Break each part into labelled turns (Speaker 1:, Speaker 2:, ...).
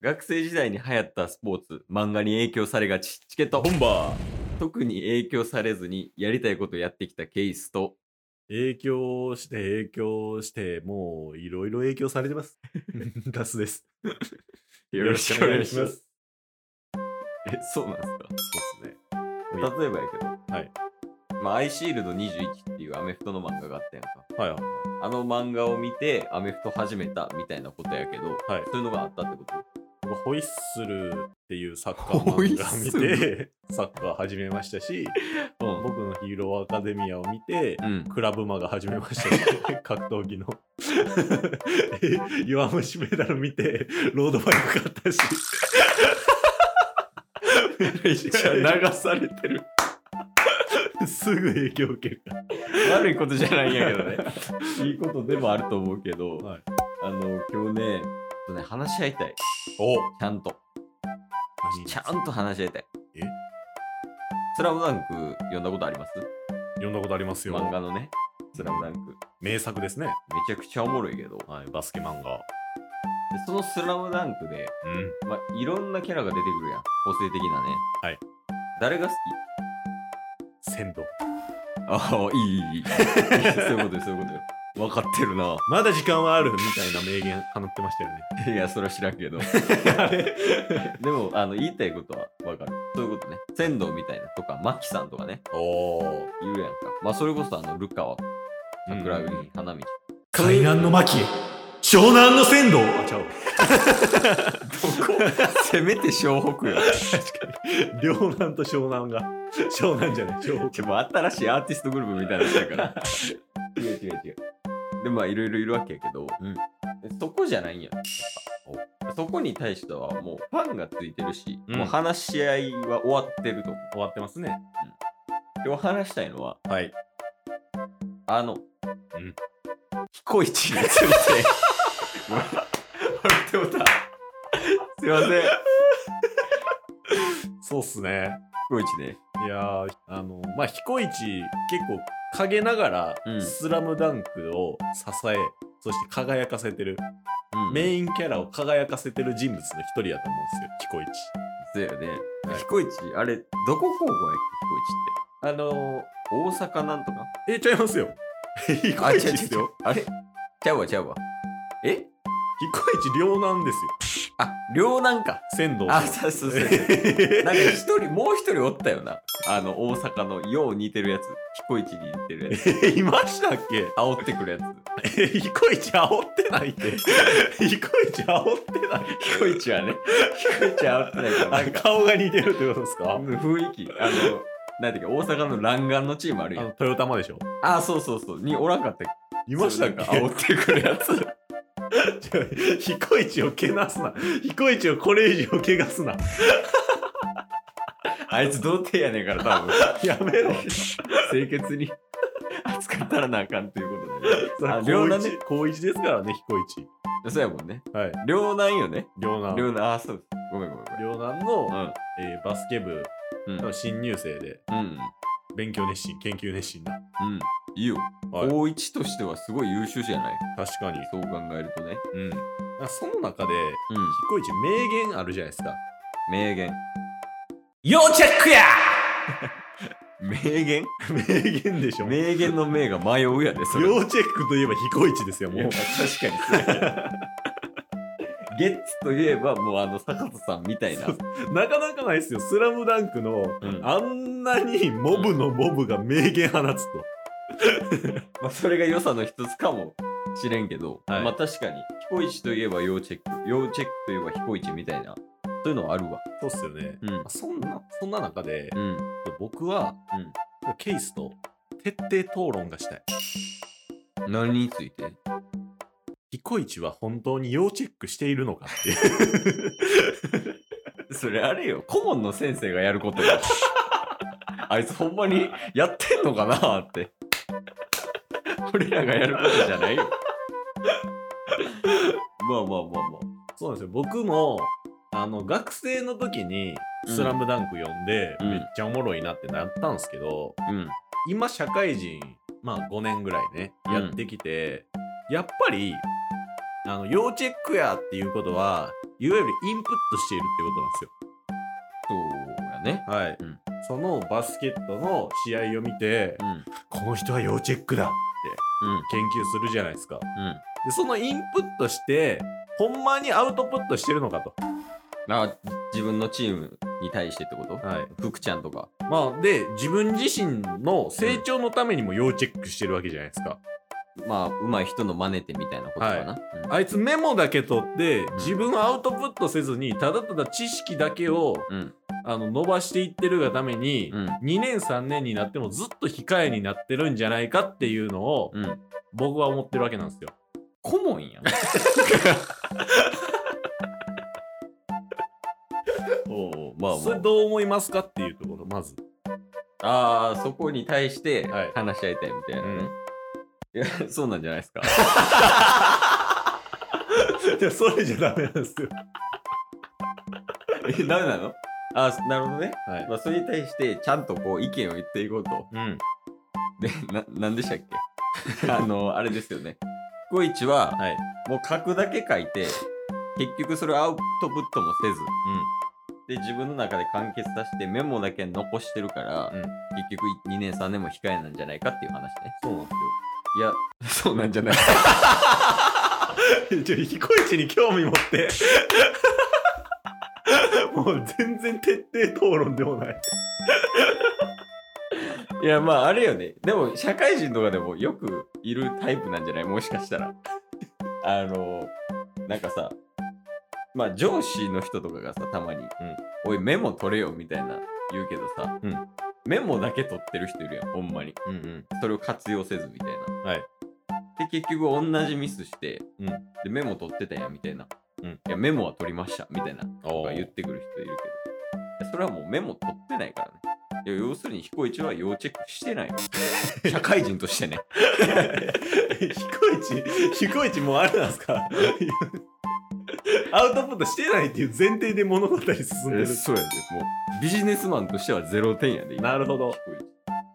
Speaker 1: 学生時代に流行ったスポーツ、漫画に影響されがち、チケット本場特に影響されずにやりたいことやってきたケースと、
Speaker 2: 影響して影響してもういろいろ影響され てますガスです
Speaker 1: よろしくお願いします。え、そうなんですか
Speaker 2: そうですね
Speaker 1: 例えばやけど、
Speaker 2: はい。
Speaker 1: まあ、アイシールド21っていうアメフトの漫画があったやんか。
Speaker 2: はいはい
Speaker 1: あの漫画を見てアメフト始めたみたいなことやけど、
Speaker 2: はい
Speaker 1: そういうのがあったってこと
Speaker 2: 僕ホイッスルっていうサッカー漫画を見
Speaker 1: ホイッス
Speaker 2: てサッカー始めましたし
Speaker 1: うん
Speaker 2: 僕のヒーローアカデミアを見て、
Speaker 1: うん。
Speaker 2: クラブマが始めました し格闘技の弱虫メダル見てロードバイク買ったしめっちゃ流されてるすぐ影響受ける
Speaker 1: 悪いことじゃないんやけどね。いいことでもあると思うけど、
Speaker 2: はい
Speaker 1: あの、今日ね、ちょっとね、話し合いたい。ち
Speaker 2: お
Speaker 1: ゃんと。ちゃんと話し合いたい。
Speaker 2: え
Speaker 1: スラムダンク読んだことあります
Speaker 2: 読んだことありますよ
Speaker 1: 漫画のね、スラムダンク。め
Speaker 2: 名作ですね、
Speaker 1: ちゃくちゃおもろいけど、で
Speaker 2: はい、バスケ漫画
Speaker 1: そのスラムダンクで、
Speaker 2: うん
Speaker 1: まあ、いろんなキャラが出てくるやん。個性的なね。
Speaker 2: はい。
Speaker 1: 誰が好き
Speaker 2: 鮮度
Speaker 1: ああ、いい、いい、いい。 そういうことよ、そういうことよ。分かってるな。
Speaker 2: まだ時間はあるみたいな名言放ってましたよね
Speaker 1: いや、それは知らんけど。
Speaker 2: あれ
Speaker 1: でも、あの、言いたいことは分かる。そういうことね。仙道みたいなとか、マキさんとかね、
Speaker 2: おお
Speaker 1: 言うやんか。まあ、それこそ、あの、ルカワ、桜売り、花道。
Speaker 2: 海岸の巻湘南の鮮度あちゃう
Speaker 1: せめて湘北よ。
Speaker 2: 両南と湘南が湘南じゃない湘
Speaker 1: でも、新しいアーティストグループみたいな人や から。違う違う違う。で、まあ、いろいろいるわけやけど、
Speaker 2: うん
Speaker 1: そこじゃないんや。やっぱそこに対しては、もう、ファンがついてるし、
Speaker 2: うん
Speaker 1: もう話し合いは終わってると思う。
Speaker 2: 終わってますね
Speaker 1: 今日話したいのは、
Speaker 2: はい
Speaker 1: あの、
Speaker 2: ん
Speaker 1: 彦一について。ごめん笑ってもうた。すいません。
Speaker 2: そうっすね
Speaker 1: 彦一ね。
Speaker 2: いやーあのまあ彦一結構陰ながら「
Speaker 1: うん
Speaker 2: スラムダンクを支えそして輝かせてる、
Speaker 1: うん
Speaker 2: メインキャラを輝かせてる人物の一人やと思うんですよ
Speaker 1: そうよね。
Speaker 2: はい
Speaker 1: 彦一、あれ、どこ高校やっけ、彦一って。あのー、大阪なんとか。
Speaker 2: 彦一えちゃいますよ彦一ですよ。
Speaker 1: あれちゃうわ、ちゃうわ。え
Speaker 2: 彦一両なんですよ
Speaker 1: あ、両南か。
Speaker 2: 仙道の
Speaker 1: あ、そうそうそう。なんか一人、もう一人おったよな。あの、大阪の、よう似てるやつ。彦一に似てるやつ。
Speaker 2: え いましたっけ
Speaker 1: 煽ってくるやつ。
Speaker 2: え彦一煽ってないって彦一煽ってない
Speaker 1: 彦一はね。彦一は煽ってないから、なんか。
Speaker 2: 顔が似てるってことですか
Speaker 1: 雰囲気あのなんていうか大阪の弾丸のチームある
Speaker 2: あ
Speaker 1: や
Speaker 2: の
Speaker 1: ん
Speaker 2: トヨタマでしょ
Speaker 1: あそうそうそうにおらんかったっ
Speaker 2: い
Speaker 1: い
Speaker 2: ました
Speaker 1: か
Speaker 2: か
Speaker 1: 煽ってくるやつ
Speaker 2: 彦一をけなすな彦一をこれ以上けがすな
Speaker 1: あいつ童貞やねんから多分
Speaker 2: やめろ
Speaker 1: 清潔に扱ったらなあかんということで、
Speaker 2: それ
Speaker 1: あ
Speaker 2: 高
Speaker 1: 両
Speaker 2: 一
Speaker 1: 男ね
Speaker 2: 高一ですからね彦一
Speaker 1: そうやもんね
Speaker 2: はい
Speaker 1: 両男よね
Speaker 2: 両南
Speaker 1: 両男あそうごめんごめんご
Speaker 2: 両南の、
Speaker 1: めん
Speaker 2: えーバスケ部
Speaker 1: うんうん
Speaker 2: の新入生で
Speaker 1: うん
Speaker 2: 勉強熱心研究熱心な、
Speaker 1: うんいいよ、
Speaker 2: はい
Speaker 1: 高一としてはすごい優秀じゃない
Speaker 2: 確かに
Speaker 1: そう考えるとね
Speaker 2: うんあその中で
Speaker 1: うん
Speaker 2: 彦一名言あるじゃないですか
Speaker 1: 名言
Speaker 2: 要チェックや
Speaker 1: 名言
Speaker 2: 名言でしょ
Speaker 1: 名言の名が迷うやでそれ
Speaker 2: 要チェックといえば彦一ですよ
Speaker 1: い
Speaker 2: も
Speaker 1: や
Speaker 2: う
Speaker 1: 確かにそうやな ゲッツといえばもうあの坂田さんみたいな
Speaker 2: そうなかなかないですよ「スラムダンクの、
Speaker 1: うん
Speaker 2: あんなにモブのモブが名言放つと、
Speaker 1: まあ、それが良さの一つかもしれんけど、
Speaker 2: はい
Speaker 1: まあ確かに彦一といえば要チェック要チェックといえば彦一みたいなそういうのはあるわ
Speaker 2: そうっすよね、
Speaker 1: うん
Speaker 2: まあそんなそんな中で、
Speaker 1: うん
Speaker 2: 僕は、ケースと徹底討論がしたい
Speaker 1: 何について
Speaker 2: 彦一は本当に要チェックしているのかってい う
Speaker 1: それあれよ顧問の先生がやることよ あいつほんまにやってんのかなって俺らがやることじゃないよまあまあまあまあ
Speaker 2: そうなんですよ僕もあの学生の時に
Speaker 1: う
Speaker 2: 「
Speaker 1: ん
Speaker 2: スラムダンク読んで、
Speaker 1: うん
Speaker 2: めっちゃおもろいなってなったんですけど、
Speaker 1: うん
Speaker 2: 今社会人まあ5年ぐらいね
Speaker 1: うん
Speaker 2: やってきて、やっぱりあの要チェックやっていうことはいわゆるインプットしているってことなんですよ。
Speaker 1: そうやね。
Speaker 2: はい、
Speaker 1: うん
Speaker 2: そのバスケットの試合を見て、
Speaker 1: うん。うん。
Speaker 2: この人は要チェックだ研究するじゃないですか
Speaker 1: うん。
Speaker 2: でそのインプットしてほんまにアウトプットしてるのかと、
Speaker 1: あ自分のチームに対してってこと
Speaker 2: はい
Speaker 1: 福ちゃんとか。
Speaker 2: まあ、で自分自身の成長のためにも要チェックしてるわけじゃないですか
Speaker 1: まあ、上手い人の真似てみたいなことかな。
Speaker 2: あいつメモだけ取って
Speaker 1: ん
Speaker 2: 自分をアウトプットせずにただただ知識だけを
Speaker 1: うん。
Speaker 2: あの伸ばしていってるがために、
Speaker 1: うん。
Speaker 2: 2年3年になってもずっと控えになってるんじゃないかっていうのを
Speaker 1: うん。うん。
Speaker 2: 僕は思ってるわけなんですよ。
Speaker 1: 顧問 やん。おうまあ
Speaker 2: そ
Speaker 1: ま
Speaker 2: れどう思いますかっていうところまず。
Speaker 1: あ。ああ、そこに対して
Speaker 2: はい
Speaker 1: 話し合いたいみたいなね。
Speaker 2: うん
Speaker 1: いや、そうなんじゃないですか。
Speaker 2: いやそれじゃダメなんですよ。
Speaker 1: えダメなのあなるほどね。
Speaker 2: はい。
Speaker 1: まあ、それに対して、ちゃんとこう、意見を言っていこうと。
Speaker 2: うん。
Speaker 1: で、な、なんでしたっけあの、あれですよね。コイチは、
Speaker 2: はい。
Speaker 1: もう書くだけ書いて、結局それをアウトプットもせず、で、自分の中で完結させてメモだけ残してるから、
Speaker 2: うん
Speaker 1: 結局2年3年も控えなんじゃないかっていう話ね。
Speaker 2: そうなんで
Speaker 1: いや、そうなんじゃない
Speaker 2: すよ。ちょ、彦市に興味持 って。もう全然徹底討論でもない。
Speaker 1: いや、まああれよね。でも、社会人とかでもよくいるタイプなんじゃないもしかしたら。 あの、なんかさ、まあ上司の人とかがさ、たまに、おい、メモ取れよみたいな言うけどさ、
Speaker 2: うん
Speaker 1: メモだけ取ってる人いるやん、ほんまに。
Speaker 2: うんうん。
Speaker 1: それを活用せずみたいな。
Speaker 2: はい。
Speaker 1: で、結局同じミスして、
Speaker 2: うん
Speaker 1: で、メモ取ってたやんみたいな。
Speaker 2: うん
Speaker 1: いや、メモは取りましたみたいな。
Speaker 2: お
Speaker 1: とか言ってくる人いるけど。いやそれはもうメモ取ってないからね。いや、要するに彦一は要チェックして ないよ。社会人としてね。
Speaker 2: 彦市、彦市もうあれなんですかアウトプットしてないっていう前提で物語進んでる。
Speaker 1: そうやで。もう、ビジネスマンとしては0点やで。今
Speaker 2: なるほど。
Speaker 1: 彦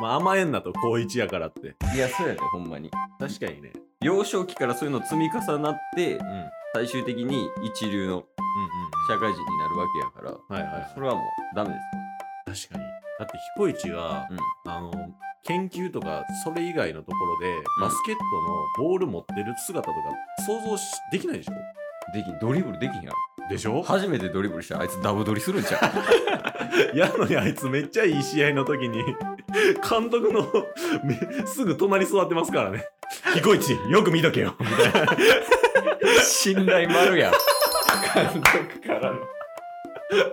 Speaker 2: まあ甘えんなと、高一やからって。
Speaker 1: 一いや、そうやで、ほんまに。
Speaker 2: 確かにね。
Speaker 1: 幼少期からそういうの積み重なって
Speaker 2: う、ん。うんうん
Speaker 1: 最終的に一流の社会人になるわけやから、
Speaker 2: はいはいはい
Speaker 1: それはもうダメです
Speaker 2: 確かに。だって彦市は、
Speaker 1: よ。
Speaker 2: あの、研究とか、それ以外のところで、バスケットのボール持ってる姿とか、想像しできないでしょ
Speaker 1: うん。できん、ドリブルできんやろ。
Speaker 2: でしょ
Speaker 1: 初めてドリブルしたらあいつダブドリするんちゃう
Speaker 2: やのにあいつめっちゃいい試合の時に、監督のめすぐ隣座ってますからね。彦市、よく見とけよ。みたいな。
Speaker 1: 信頼丸やん。 監督からの。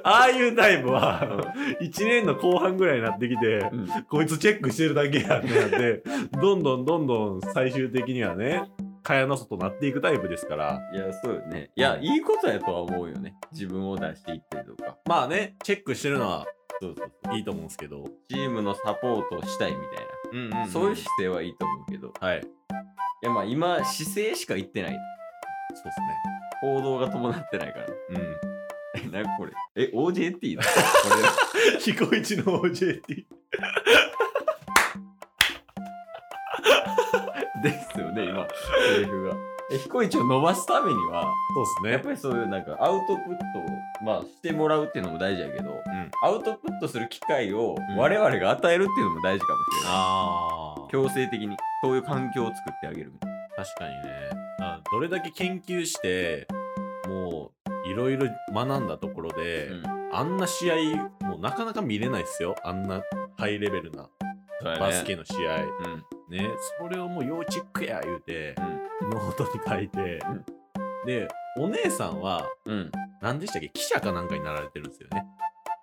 Speaker 2: ああいうタイプは、1年の後半ぐらいになってきて、
Speaker 1: うん
Speaker 2: こいつチェックしてるだけやってなって、どんどんどんどん最終的にはね、蚊帳の外になっていくタイプですから、
Speaker 1: いや、そうよね。いや、
Speaker 2: うん
Speaker 1: いいことやとは思うよね。自分を出していってとか。
Speaker 2: まあね、チェックしてるのは
Speaker 1: そうそう
Speaker 2: いいと思うんですけど、
Speaker 1: チームのサポートをしたいみたいな。そういう姿勢はいいと思うけど。い
Speaker 2: はい、そう
Speaker 1: や、まあ今、姿勢しか言ってない。
Speaker 2: で
Speaker 1: 行動が伴ってないから。
Speaker 2: すね。うん。
Speaker 1: え、なこれ。え、OJT だ。こ
Speaker 2: 彦一の OJT。
Speaker 1: れですよね、今、セリフが。え、彦一を伸ばすためには、
Speaker 2: そう
Speaker 1: や
Speaker 2: で
Speaker 1: っ
Speaker 2: す
Speaker 1: ぱ
Speaker 2: ね。
Speaker 1: りそういうなんかアウトプットを、まあ、してもらうっていうのも大事やけど、
Speaker 2: ん
Speaker 1: アウトプットする機会を
Speaker 2: うん
Speaker 1: 我々が与えるっていうのも大事かもしれない。
Speaker 2: ああ。
Speaker 1: 強制的にそういう環境を作ってあげるみたい
Speaker 2: 確かにね。あどれだけ研究して、もう、いろいろ学んだところで、
Speaker 1: な。
Speaker 2: あんな試合、もうなかなか見れないですよ。あんなハイレベルなバ
Speaker 1: バ
Speaker 2: ス
Speaker 1: スケ
Speaker 2: ケの試合。
Speaker 1: うん、うん、
Speaker 2: ね、それをもう要チェックや言うて、ノートに書いて、で、お姉さんは、
Speaker 1: うん。
Speaker 2: 何でしたっけ記者かなんかになられてるんですよね。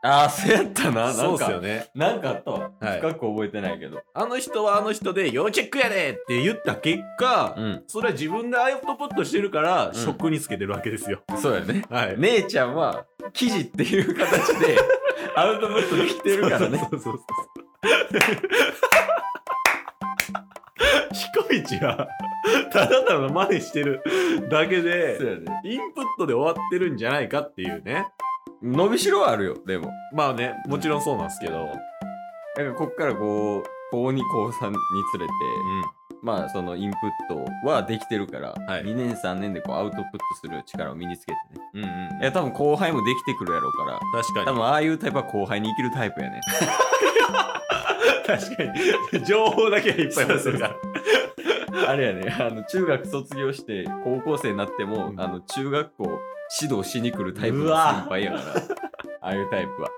Speaker 1: ああ、そうやったな。な
Speaker 2: そうんですよ
Speaker 1: か、
Speaker 2: ね。
Speaker 1: なんかあったわ。
Speaker 2: はい
Speaker 1: 深く覚えてないけど。
Speaker 2: あの人はあの人で、要チェックやでって言った結果、
Speaker 1: ん、
Speaker 2: それは自分でアウトプットしてるから、
Speaker 1: ん
Speaker 2: 職につけてるわけですよ。
Speaker 1: そうやね。
Speaker 2: はい。
Speaker 1: 姉ちゃんは、記事っていう形 で、アウトプットできてるからね。
Speaker 2: そうそうそうそう。 彦市は、ただただ真似してるだけ
Speaker 1: そう
Speaker 2: で、
Speaker 1: やね。
Speaker 2: インプットで終わってるんじゃないかっていうね。
Speaker 1: 伸びしろはあるよ、でも。
Speaker 2: まあね、もちろんそうなんですけど。
Speaker 1: なんか、こっからこう、高2、高3につれて、
Speaker 2: ん。
Speaker 1: まあそのインプットはできてるから、
Speaker 2: はい
Speaker 1: 2年3年でこうアウトプットする力を身につけてね
Speaker 2: うんうん
Speaker 1: いや多分後輩もできてくるやろうから
Speaker 2: 確か
Speaker 1: 多
Speaker 2: に
Speaker 1: 分ああいうタイプは後輩に生きるタイプやね
Speaker 2: 確かに 情報だけはいっぱい出せるから
Speaker 1: あれやねあの中学卒業して高校生になっても、
Speaker 2: うん
Speaker 1: あの中学校指導しに来るタイプの
Speaker 2: う
Speaker 1: 先
Speaker 2: わ
Speaker 1: 輩やからああいうタイプは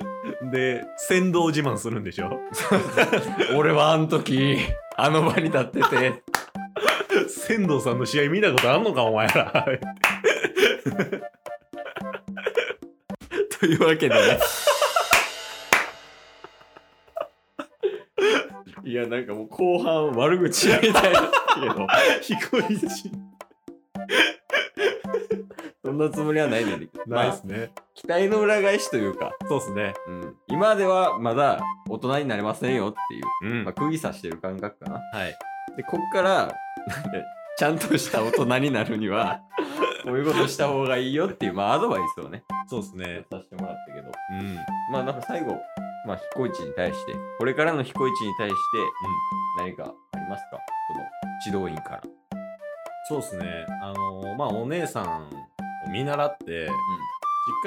Speaker 2: で先導自慢するんでしょ
Speaker 1: 俺はあの時あの場に立ってて
Speaker 2: 先導さんの試合見たことあんのかお前 ら
Speaker 1: というわけでね いやなんかもう後半悪口みたいだけど
Speaker 2: 彦一
Speaker 1: そんなつもりはないねんだけど、
Speaker 2: ない
Speaker 1: ま
Speaker 2: っ
Speaker 1: あ
Speaker 2: す、ね、
Speaker 1: 期待の裏返しというか、
Speaker 2: そうっすね
Speaker 1: うん、今ではまだ大人になれませんよっていう、
Speaker 2: うん
Speaker 1: ま あ、釘刺してる感覚かな。
Speaker 2: はい
Speaker 1: で、こっから、なんでちゃんとした大人になるに は、こういうことした方がいいよっていう、まあ、アドバイスをね、
Speaker 2: そうっすね
Speaker 1: させてもらったけど、
Speaker 2: うん
Speaker 1: まあ、なんか最後、まあ、彦一に対して、これからの彦一に対して、何かありますかその、指導員から。
Speaker 2: そうっすねあのーまあお姉さんを見習って、しっか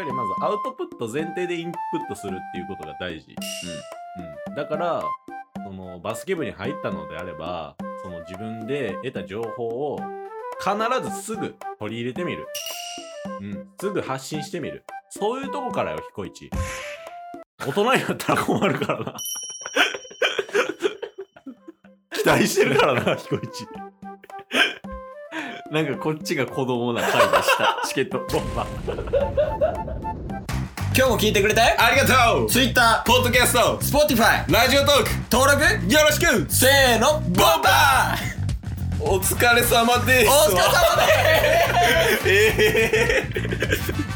Speaker 2: りまずアウトプット前提でインプットするっていうことが大事、うんだからそのバスケ部に入ったのであればその自分で得た情報を必ずすぐ取り入れてみる、うん、すぐ発信してみるそういうとこからよ彦一大人になったら困るからな 期待してるからな彦一
Speaker 1: なんかこっちが子供な回で した。チケットボンバー。今日も聞いてくれてありがとう !Twitter、ポッドキャスト、Spotify、ラジオトーク、登録よろしくせーの、ボンバーお疲れ様ですお疲れ様ですえ